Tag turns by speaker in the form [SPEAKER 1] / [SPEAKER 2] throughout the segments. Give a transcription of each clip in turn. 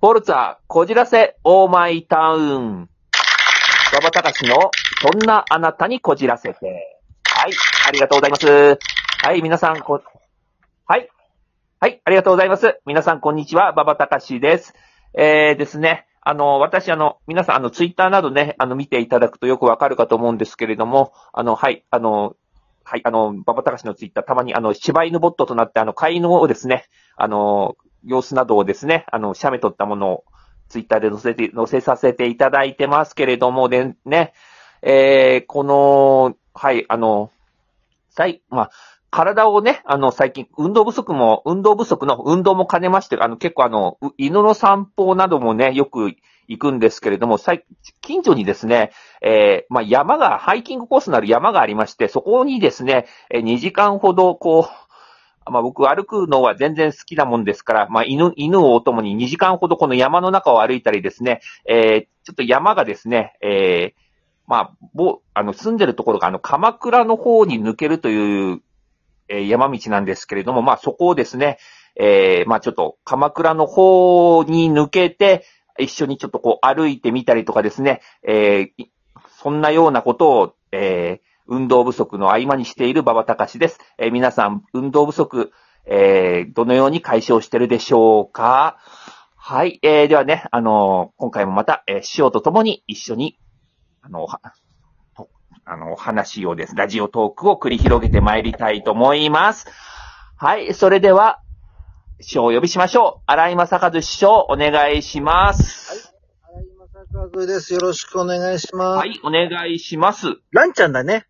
[SPEAKER 1] フォルツァ、こじらせ、オーマイタウン。馬場隆の、そんなあなたにこじらせて。はい、ありがとうございます。はい、皆さん、こ、はい。はい、ありがとうございます。皆さん、こんにちは。馬場隆です。えーですね。あの、私、あの、皆さん、あの、ツイッターなどね、あの、見ていただくとよくわかるかと思うんですけれども、あの、はい、あの、はい、あの、馬場隆のツイッター、たまに、あの、柴犬ボットとなって、あの、飼い犬をですね、あの、様子などをですね、あの、写メ撮ったものをツイッターで載せて、載せさせていただいてますけれども、でね、えー、この、はい、あの、さい、まあ、体をね、あの、最近、運動不足も、運動不足の運動も兼ねまして、あの、結構あの、う犬の散歩などもね、よく行くんですけれども、最近所にですね、えー、まあ、山が、ハイキングコースのある山がありまして、そこにですね、えー2時間ほど、こう、まあ僕歩くのは全然好きなもんですから、まあ犬、犬をお供に2時間ほどこの山の中を歩いたりですね、えー、ちょっと山がですね、えー、まあ、ぼ、あの、住んでるところがあの、鎌倉の方に抜けるという、えー山道なんですけれども、まあそこをですね、えー、まあちょっと鎌倉の方に抜けて、一緒にちょっとこう歩いてみたりとかですね、えー、いそんなようなことを、えー、運動不足の合間にしている馬場隆です。えー皆さん、運動不足、えーどのように解消してるでしょうかはい、えーではね、あのー今回もまた、えー師匠と共に一緒に、あのはとあの、話をです。ラジオトークを繰り広げてまいりたいと思います。はい、それでは、師匠をお呼びしましょう。荒井正和師匠、お願いします。
[SPEAKER 2] はい、今坂和です。よろしくお願いします。
[SPEAKER 1] はい、お願いします。
[SPEAKER 2] ランちゃんだね。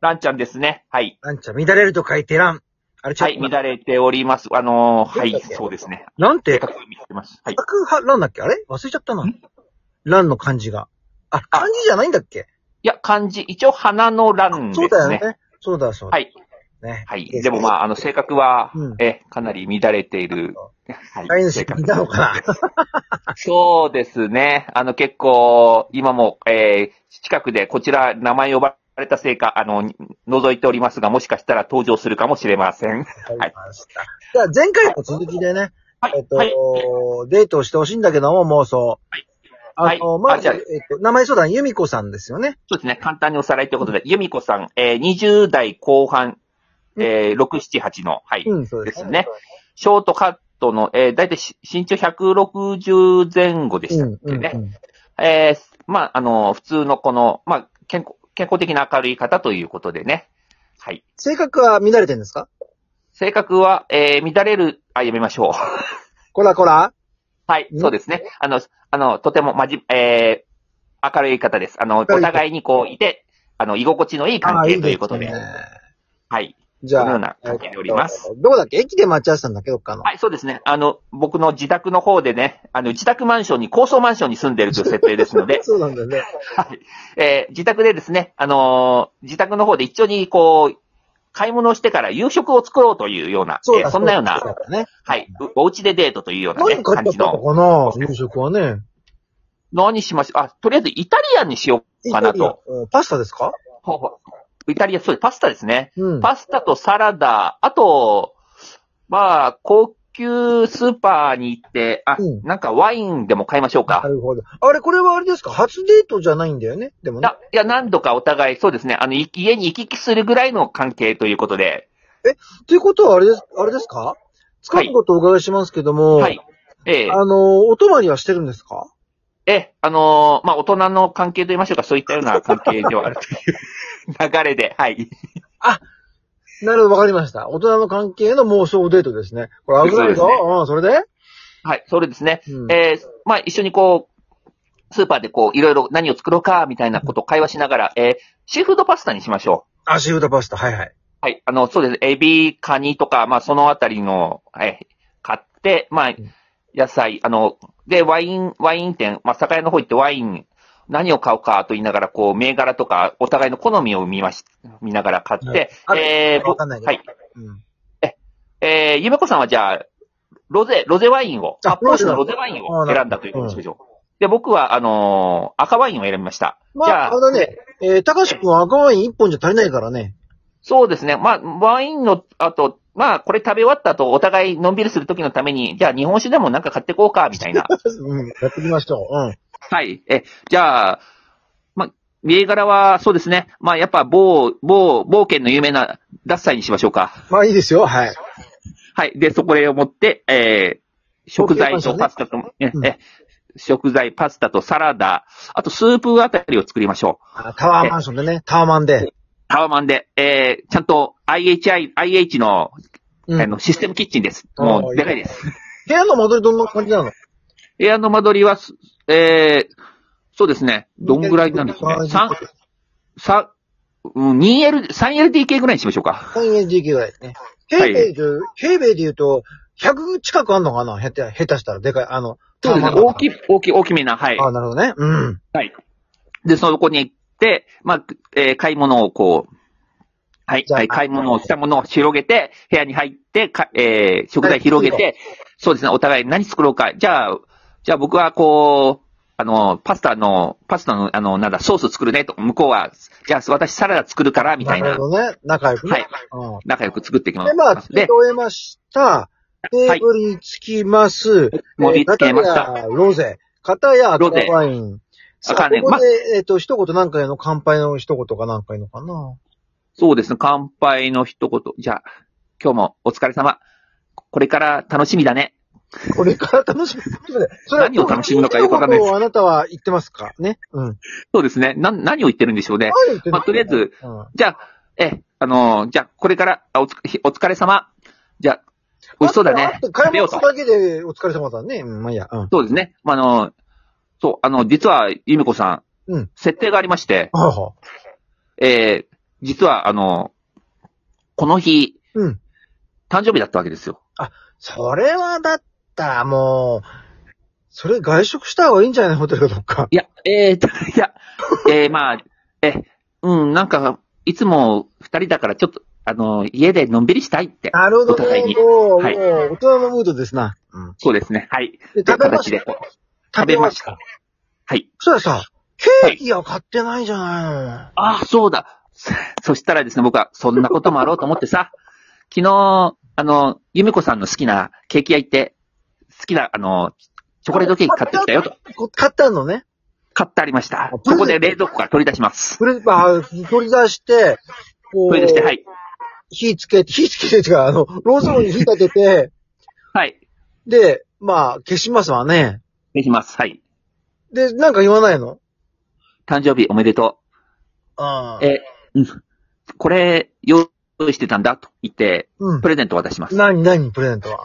[SPEAKER 1] ランちゃんですね。はい。
[SPEAKER 2] ランちゃん。乱れると書いてラン。あれちょ
[SPEAKER 1] は
[SPEAKER 2] っ
[SPEAKER 1] い、
[SPEAKER 2] と、
[SPEAKER 1] 乱れております。あのー、は
[SPEAKER 2] どう
[SPEAKER 1] い
[SPEAKER 2] だっ、け
[SPEAKER 1] そうですね。
[SPEAKER 2] なんて、
[SPEAKER 1] 高く見てます。はい。
[SPEAKER 2] 角派ランだっけあれ忘れちゃったな。ランの漢字が。あ、
[SPEAKER 1] あ
[SPEAKER 2] 漢字じゃないんだっけ
[SPEAKER 1] いや、漢字、一応、花の乱です
[SPEAKER 2] そ
[SPEAKER 1] ね。
[SPEAKER 2] うだよね。そうだ、そうだ。
[SPEAKER 1] はい。
[SPEAKER 2] ね。
[SPEAKER 1] はい。でも、まあ、あの、性格は、
[SPEAKER 2] うん
[SPEAKER 1] え、かなり乱れている。はい。
[SPEAKER 2] 飼い主
[SPEAKER 1] 性格
[SPEAKER 2] いた のかな
[SPEAKER 1] そうですね。あの、結構、今も、えー近くで、こちら、名前呼ばれたせいか、あの、覗いておりますが、もしかしたら登場するかもしれません。
[SPEAKER 2] わかりました。じゃあ前回の続きでね、
[SPEAKER 1] はい。
[SPEAKER 2] えっと、
[SPEAKER 1] はい。
[SPEAKER 2] デートをしてほしいんだけども、妄想。
[SPEAKER 1] はい
[SPEAKER 2] あの、
[SPEAKER 1] はい
[SPEAKER 2] ま
[SPEAKER 1] あ
[SPEAKER 2] ず、
[SPEAKER 1] じゃ
[SPEAKER 2] え
[SPEAKER 1] あ
[SPEAKER 2] っと、名前相談、由美子さんですよね。
[SPEAKER 1] そうですね。簡単におさらいということで、由美子さん、えー20代後半、えー6、7、8の、はい。
[SPEAKER 2] うん、そうです。
[SPEAKER 1] ですね。ショートカットの、えー、だいたいし身長160前後でし
[SPEAKER 2] う
[SPEAKER 1] たっ
[SPEAKER 2] ん、
[SPEAKER 1] け
[SPEAKER 2] うん、
[SPEAKER 1] ね。
[SPEAKER 2] うん。
[SPEAKER 1] えーまあ、あの、普通のこの、まあ、健康、健康的な明るい方ということでね。はい。
[SPEAKER 2] 性格は乱れてるんですか
[SPEAKER 1] 性格は、えー乱れる、あ、やめましょう。
[SPEAKER 2] こらこら
[SPEAKER 1] はい、
[SPEAKER 2] うん
[SPEAKER 1] そうですね。あの、あの、とてもまじ、えー明るい方です。あの、お
[SPEAKER 2] 明るい方
[SPEAKER 1] 互いにこう、いて、あの、居心地のいい関
[SPEAKER 2] あ
[SPEAKER 1] 係ということで。
[SPEAKER 2] ですね
[SPEAKER 1] はい。
[SPEAKER 2] じ
[SPEAKER 1] このよ
[SPEAKER 2] ゃ
[SPEAKER 1] う
[SPEAKER 2] あ、
[SPEAKER 1] な関係でおります
[SPEAKER 2] えっと。どこだっけ駅で待ち合わせたんだっけどっかの。
[SPEAKER 1] はい、そうですね。あの、僕の自宅の方でね、あの、自宅マンションに、高層マンションに住んでいるという設定ですので、
[SPEAKER 2] そうなんだよね。
[SPEAKER 1] はい。えー自宅でですね、あのー自宅の方で一緒にこう、買い物をしてから夕食を作ろうというような、
[SPEAKER 2] そう
[SPEAKER 1] えー
[SPEAKER 2] だ、
[SPEAKER 1] そんなような、
[SPEAKER 2] だね。
[SPEAKER 1] はい、うお家でデートというような、ね、
[SPEAKER 2] 何買っ
[SPEAKER 1] 感
[SPEAKER 2] ちゃっ
[SPEAKER 1] じ
[SPEAKER 2] たの
[SPEAKER 1] の。
[SPEAKER 2] かな夕食はね。
[SPEAKER 1] 何しましょうあ、とりあえずイタリアンにしようかなと。
[SPEAKER 2] うんパスタですか
[SPEAKER 1] ほうほうイタリア、そうです、パスタですね。
[SPEAKER 2] うん。
[SPEAKER 1] パスタとサラダ、あと、まあ、高級スーパーに行って、あ、
[SPEAKER 2] うん
[SPEAKER 1] なんかワインでも買いましょう
[SPEAKER 2] な
[SPEAKER 1] か。
[SPEAKER 2] るほど。あれ、これはあれですか初デートじゃないんだよねでも
[SPEAKER 1] い
[SPEAKER 2] ね。
[SPEAKER 1] や、いや何度かお互い、そうですね、あの、い家に行き来するぐらいの関係ということで、
[SPEAKER 2] ということはあれです、あれですか使うことをお伺いしますけども、
[SPEAKER 1] はい。ええ
[SPEAKER 2] あの、お泊まりはしてるんですか
[SPEAKER 1] ええ、あのーまあ、大人の関係と言いましょうか、そういったような関係ではあ るという流れで、はい。
[SPEAKER 2] なるほど、わかりました。大人の関係の妄想デートですね。これ危ないぞ。
[SPEAKER 1] そうです
[SPEAKER 2] うん、それで
[SPEAKER 1] はい、それですね。
[SPEAKER 2] うん
[SPEAKER 1] えーまあ、一緒にこう、スーパーでこう、いろいろ何を作ろうか、みたいなことを会話しながら、えーシーフードパスタにしましょう。
[SPEAKER 2] あ、シーフードパスタ、はいはい。
[SPEAKER 1] はい、あの、そうです。エビ、カニとか、まあ、そのあたりの、えー買って、まあ
[SPEAKER 2] ん、
[SPEAKER 1] 野菜、あの、で、ワイン、ワイン店、まあ、酒屋の方行ってワイン、何を買おうかと言いながら、こう、銘柄とか、お互いの好みを見まし、見ながら買って、
[SPEAKER 2] うん
[SPEAKER 1] えー
[SPEAKER 2] わかんないけど
[SPEAKER 1] はい。
[SPEAKER 2] うん。
[SPEAKER 1] えー、ゆめこさんはじゃあ、ロゼ、ロゼワインを、
[SPEAKER 2] あ
[SPEAKER 1] 発泡酒のロゼワイン
[SPEAKER 2] あ
[SPEAKER 1] を
[SPEAKER 2] なるほど
[SPEAKER 1] 選んだということでしょう。で、僕は、あのー赤ワインを選びました。
[SPEAKER 2] ま
[SPEAKER 1] じ
[SPEAKER 2] あ、
[SPEAKER 1] ゃ
[SPEAKER 2] あ
[SPEAKER 1] あ
[SPEAKER 2] れだね、えー、高橋君は赤ワイン一本じゃ足りないからね。
[SPEAKER 1] そうですね。まあ、ワインの後、まあ、これ食べ終わった後、お互いのんびりするときのために、じゃあ日本酒でもなんか買ってこうか、みたい な。
[SPEAKER 2] うん。やっていきましょう。うん。
[SPEAKER 1] はい。え、じゃあ、まあ、銘柄は、そうですね。まあ、やっぱ、某、某、某県の有名な、ダッサイにしましょうか。
[SPEAKER 2] まあいいですよ。はい。
[SPEAKER 1] はい。で、そこを持って、えー食材とパスタと、え
[SPEAKER 2] うん
[SPEAKER 1] え食材、パスタとサラダ、あとスープあたりを作りましょう。
[SPEAKER 2] あタワーマンションでね、タワーマンで。
[SPEAKER 1] タワマンで、えーちゃんと IHI、IH の、
[SPEAKER 2] うん。
[SPEAKER 1] あの、システムキッチンです。
[SPEAKER 2] あー
[SPEAKER 1] もう、でかいです。
[SPEAKER 2] 部屋の間取りどんな感じなの
[SPEAKER 1] 部屋の間取りは、すえーそうですね。どんぐらいなんですかね。三さ、うん、2L、3LDK ぐらいにしましょうか。
[SPEAKER 2] 3LDK ぐらいですね。平
[SPEAKER 1] はい
[SPEAKER 2] 米で、平米で言うと、100近くあんのかな下手、下手したら、でかい、あの、
[SPEAKER 1] そうですね。
[SPEAKER 2] タワーマン
[SPEAKER 1] 大きい、大きい、大きめな、はい。
[SPEAKER 2] あ、なるほどね。うん。
[SPEAKER 1] はい。で、そこに行って、まあ、えー買い物をこう、はい、
[SPEAKER 2] じゃあ
[SPEAKER 1] はい買い物をしたものを広げて、部屋に入って、かえー食材広げて、そうですね、お互い何作ろうか。じゃあ、じゃあ僕はこう、あの、パスタの、パスタの、あの、なんだ、ソース作るねと、向こうは、じゃあ私サラダ作るから、みたい
[SPEAKER 2] な
[SPEAKER 1] な
[SPEAKER 2] る、ほどね。仲良くね。
[SPEAKER 1] はい
[SPEAKER 2] うん。
[SPEAKER 1] 仲良く作っていきま
[SPEAKER 2] で、まあ、
[SPEAKER 1] す。
[SPEAKER 2] 作り
[SPEAKER 1] で、
[SPEAKER 2] 終えました。テーブルにつきます。
[SPEAKER 1] 盛り付けまし
[SPEAKER 2] えー
[SPEAKER 1] た。
[SPEAKER 2] 片やロゼ。片や赤
[SPEAKER 1] ロゼ
[SPEAKER 2] ワイン。さあ、
[SPEAKER 1] 赤ね
[SPEAKER 2] ここ
[SPEAKER 1] ま
[SPEAKER 2] で、えっ、と、一言なんかへの乾杯の一言かなんかいいのかな
[SPEAKER 1] そうですね、乾杯の一言。じゃあ、今日もお疲れ様。これから楽しみだね。
[SPEAKER 2] これから楽しみ。ちょっと待ってそれ は
[SPEAKER 1] 何を楽しむのかよくわかんないです
[SPEAKER 2] どううことをあなたは言ってますかね。うん。
[SPEAKER 1] そうですね。な、何を言ってるんでしょうね。
[SPEAKER 2] 何言ってんの
[SPEAKER 1] まあとりあえず、
[SPEAKER 2] うん
[SPEAKER 1] じゃあ、え、あのーじゃあ、これから、あおつ、ひお疲れ様。じゃあ、美味しそうだね。
[SPEAKER 2] あと買
[SPEAKER 1] 食
[SPEAKER 2] い
[SPEAKER 1] べよ
[SPEAKER 2] 物
[SPEAKER 1] うと
[SPEAKER 2] する。だけでお疲れ様だね。うん、まあいいや。うん。
[SPEAKER 1] そうですね。まあ、あのーそう、あの、実は、ゆみこさん。
[SPEAKER 2] うん
[SPEAKER 1] 設定がありまして、
[SPEAKER 2] はは。
[SPEAKER 1] えー、実は、あのーこの日、
[SPEAKER 2] うん。
[SPEAKER 1] 誕生日だったわけですよ。
[SPEAKER 2] それはだったらもう、それ外食した方がいいんじゃないホテルかどっか。
[SPEAKER 1] いや、えーと、 いや、えー、まあ、え、うん、なんか、いつも二人だから、ちょっと、あのー家でのんびりしたいって。
[SPEAKER 2] なるほど
[SPEAKER 1] お互い
[SPEAKER 2] ね。
[SPEAKER 1] に
[SPEAKER 2] もう、
[SPEAKER 1] はい
[SPEAKER 2] もう、大人のムードですな。うん。
[SPEAKER 1] そうですね。はい。
[SPEAKER 2] で
[SPEAKER 1] という
[SPEAKER 2] 食べま
[SPEAKER 1] 形
[SPEAKER 2] した。
[SPEAKER 1] で。。食べましたた。はい。
[SPEAKER 2] そしたらさ、ケーキは買ってないじゃない
[SPEAKER 1] ああ、そうだ。 そそしたらですね、僕はそんなこともあろうと思ってさ、昨日、あの、ゆめこさんの好きなケーキ屋行って、好きな、あの、チョコレートケーキ買ってきたよと。
[SPEAKER 2] こ買ったのね。
[SPEAKER 1] 買ってありました。そこで冷蔵庫から取り出します。
[SPEAKER 2] これ、まあ、取り出して、こ
[SPEAKER 1] 取り出して、はい。
[SPEAKER 2] 火つけて、火つけてっていうか、あの、ローソンに火立てて、
[SPEAKER 1] はい。
[SPEAKER 2] で、まあ、消しますわね。
[SPEAKER 1] できます。はい。
[SPEAKER 2] で、なんか言わないの
[SPEAKER 1] 誕生日おめでと
[SPEAKER 2] あ
[SPEAKER 1] う。え、うん。これ、用意してたんだと言って、
[SPEAKER 2] うん
[SPEAKER 1] プ。レゼント渡します。
[SPEAKER 2] 何、何、プレゼントは。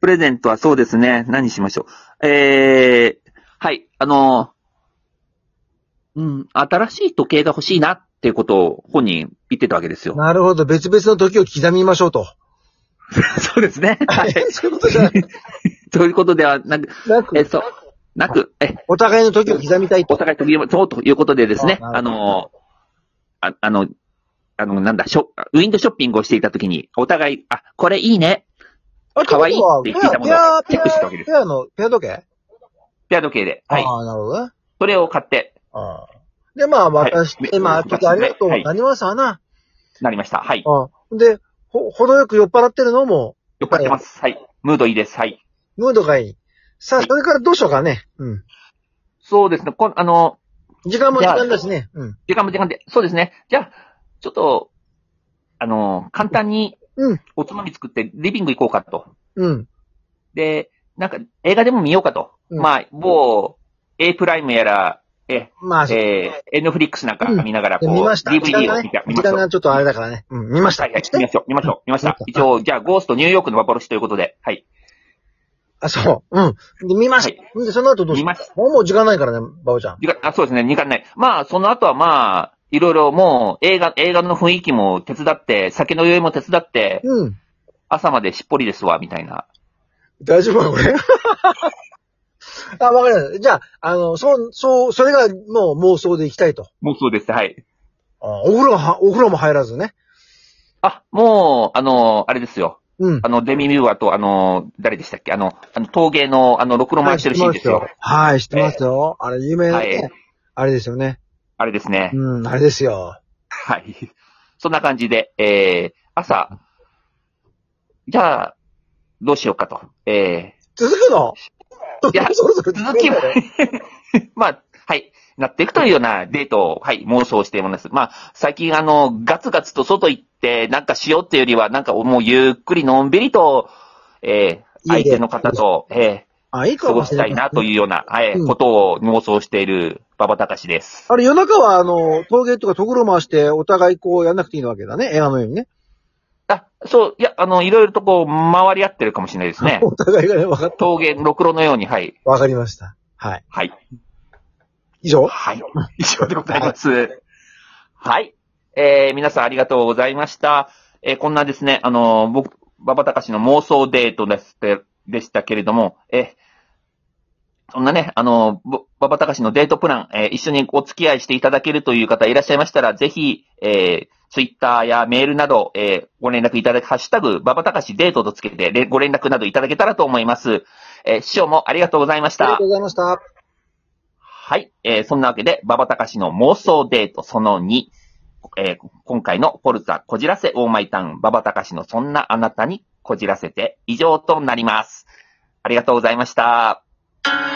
[SPEAKER 1] プレゼントはそうですね。何しましょう。えー、はい、あの、うん、新しい時計が欲しいなっていうことを本人言ってたわけですよ。
[SPEAKER 2] なるほど。別々の時を刻みましょうと。
[SPEAKER 1] そうですね。はい。
[SPEAKER 2] そういうこ とじゃない
[SPEAKER 1] ということではなく、
[SPEAKER 2] なく
[SPEAKER 1] え、、そう、なく、え、
[SPEAKER 2] お互いの時を刻みたい
[SPEAKER 1] お
[SPEAKER 2] と。
[SPEAKER 1] 互い飛びまそうということでですね、
[SPEAKER 2] あな
[SPEAKER 1] あ
[SPEAKER 2] るほ
[SPEAKER 1] の、ああの、あの、なんだ、ショウィンドウショッピングをしていたときに、お互い、あ、これいいね、可愛いって聞いたものをチェックしてたわけです
[SPEAKER 2] ペアの、ペア時計
[SPEAKER 1] ペア時計で。はい。
[SPEAKER 2] ああ、なるほどね。
[SPEAKER 1] それを買って、
[SPEAKER 2] ああで、まあ、
[SPEAKER 1] はい
[SPEAKER 2] 渡して、まあ、ちょっとありがとう
[SPEAKER 1] はい
[SPEAKER 2] なりますわな。
[SPEAKER 1] なりました。はい。
[SPEAKER 2] うんで、ほ、程よく酔っ払ってるのも、
[SPEAKER 1] よく買ってます。はい。ムードいいです。はい。
[SPEAKER 2] ムードがいい。さあ、
[SPEAKER 1] はい
[SPEAKER 2] それからどうしようかね。うん。
[SPEAKER 1] そうですね。こんあの、
[SPEAKER 2] 時間も時間だしね。うん。
[SPEAKER 1] 時間も時間で。そうですね。じゃあ、ちょっと、あの、簡単に
[SPEAKER 2] うん、
[SPEAKER 1] おつまみ作ってリビング行こうかと。
[SPEAKER 2] うん。
[SPEAKER 1] で、なんか映画でも見ようかと。
[SPEAKER 2] うん
[SPEAKER 1] まあ、某 A プライムやら、え、
[SPEAKER 2] まあ、そう
[SPEAKER 1] えー、N フリックスなんか見ながら、こう、
[SPEAKER 2] 見ました。時
[SPEAKER 1] DVD
[SPEAKER 2] 間
[SPEAKER 1] を見
[SPEAKER 2] がね
[SPEAKER 1] た、見
[SPEAKER 2] 時
[SPEAKER 1] まし
[SPEAKER 2] 間
[SPEAKER 1] ょう。
[SPEAKER 2] がちょっとあれだからね。うん、見ました。
[SPEAKER 1] はいはい、見ましょう、見ましょう、見まし
[SPEAKER 2] 見
[SPEAKER 1] た
[SPEAKER 2] ま。した
[SPEAKER 1] 一応、じゃあ、ゴーストニューヨークの幻ということで、はい。
[SPEAKER 2] あ、そう。うん。で、見ました。で、その後どう
[SPEAKER 1] 見
[SPEAKER 2] しよ
[SPEAKER 1] ました。
[SPEAKER 2] う。もう時間ないからね、バオちゃん。
[SPEAKER 1] 時間あそうですね、時間ない。まあ、その後はまあ、いろいろもう、映画、映画の雰囲気も手伝って、酒の酔いも手伝って、
[SPEAKER 2] うん。
[SPEAKER 1] 朝までしっぽりですわ、みたいな。
[SPEAKER 2] 大丈夫かこれ。 あ、わかりました。じゃあ、あの、そう、そう、それがもう妄想でいきたいと。
[SPEAKER 1] もうそうです、はい。
[SPEAKER 2] あお風呂は、お風呂も入らずね。
[SPEAKER 1] あ、もう、あの、あれですよ。
[SPEAKER 2] うん。
[SPEAKER 1] あの、デミ・ミューアと、あの、誰でしたっけあの、あの、陶芸の、あの、ろくろ回してるシーンですよ。
[SPEAKER 2] はい、知ってますよ。あれ、有名なね、
[SPEAKER 1] はい
[SPEAKER 2] あれですよね。
[SPEAKER 1] あれですね。
[SPEAKER 2] うん、あれですよ。
[SPEAKER 1] はい。そんな感じで、えー、朝、じゃあ、どうしようかと。え
[SPEAKER 2] 続くの
[SPEAKER 1] いや
[SPEAKER 2] そろそろ
[SPEAKER 1] ー、続き
[SPEAKER 2] く
[SPEAKER 1] は、
[SPEAKER 2] の ね、
[SPEAKER 1] まあ、はい、なっていくというようなデートを、はい、妄想しております。まあ、最近あの、ガツガツと外行って、なんかしようっていうよりは、なんかもうゆっくりのんびりと、えー、
[SPEAKER 2] 家
[SPEAKER 1] 相
[SPEAKER 2] で
[SPEAKER 1] 手の方と、え
[SPEAKER 2] あ、いい
[SPEAKER 1] ー、
[SPEAKER 2] か
[SPEAKER 1] 過
[SPEAKER 2] も
[SPEAKER 1] ご
[SPEAKER 2] しれ
[SPEAKER 1] したいなというような、はい、
[SPEAKER 2] うん
[SPEAKER 1] ことを妄想している、馬場隆です。
[SPEAKER 2] あれ、夜中は、あの、陶芸とかところ回して、お互いこうやんなくていいわけだね。映画のようにね。。
[SPEAKER 1] あ、そう、いや、あの、いろいろとこう、回り合ってるかもしれないですね
[SPEAKER 2] お互いがね、わかっ
[SPEAKER 1] 桃源、ろくろのように、はい、
[SPEAKER 2] わかりました。はい。
[SPEAKER 1] はい。
[SPEAKER 2] 以上
[SPEAKER 1] はい。以上でございます。はい。えー、皆さんありがとうございました。えー、こんなですね、あのー僕、馬場隆の妄想デートですででしたけれども、えー、そんなね、あのー、ぼ馬場隆のデートプラン、えー、一緒にお付き合いしていただけるという方いらっしゃいましたら、ぜひ、えー、ツイッターやメールなど、えー、ご連絡いただき、ハッシュタグ、馬場隆デートとつけて、れご連絡などいただけたらと思います。えー、師匠もありがとうございまし
[SPEAKER 2] あり
[SPEAKER 1] た
[SPEAKER 2] がと。うございました。
[SPEAKER 1] はい。えーそんなわけで、馬場隆の妄想デートその2、えー今回のポルツァこじらせオーマイタウン、馬場隆のそんなあなたにこじらせて以上となります。ありがとうございました。
[SPEAKER 3] 「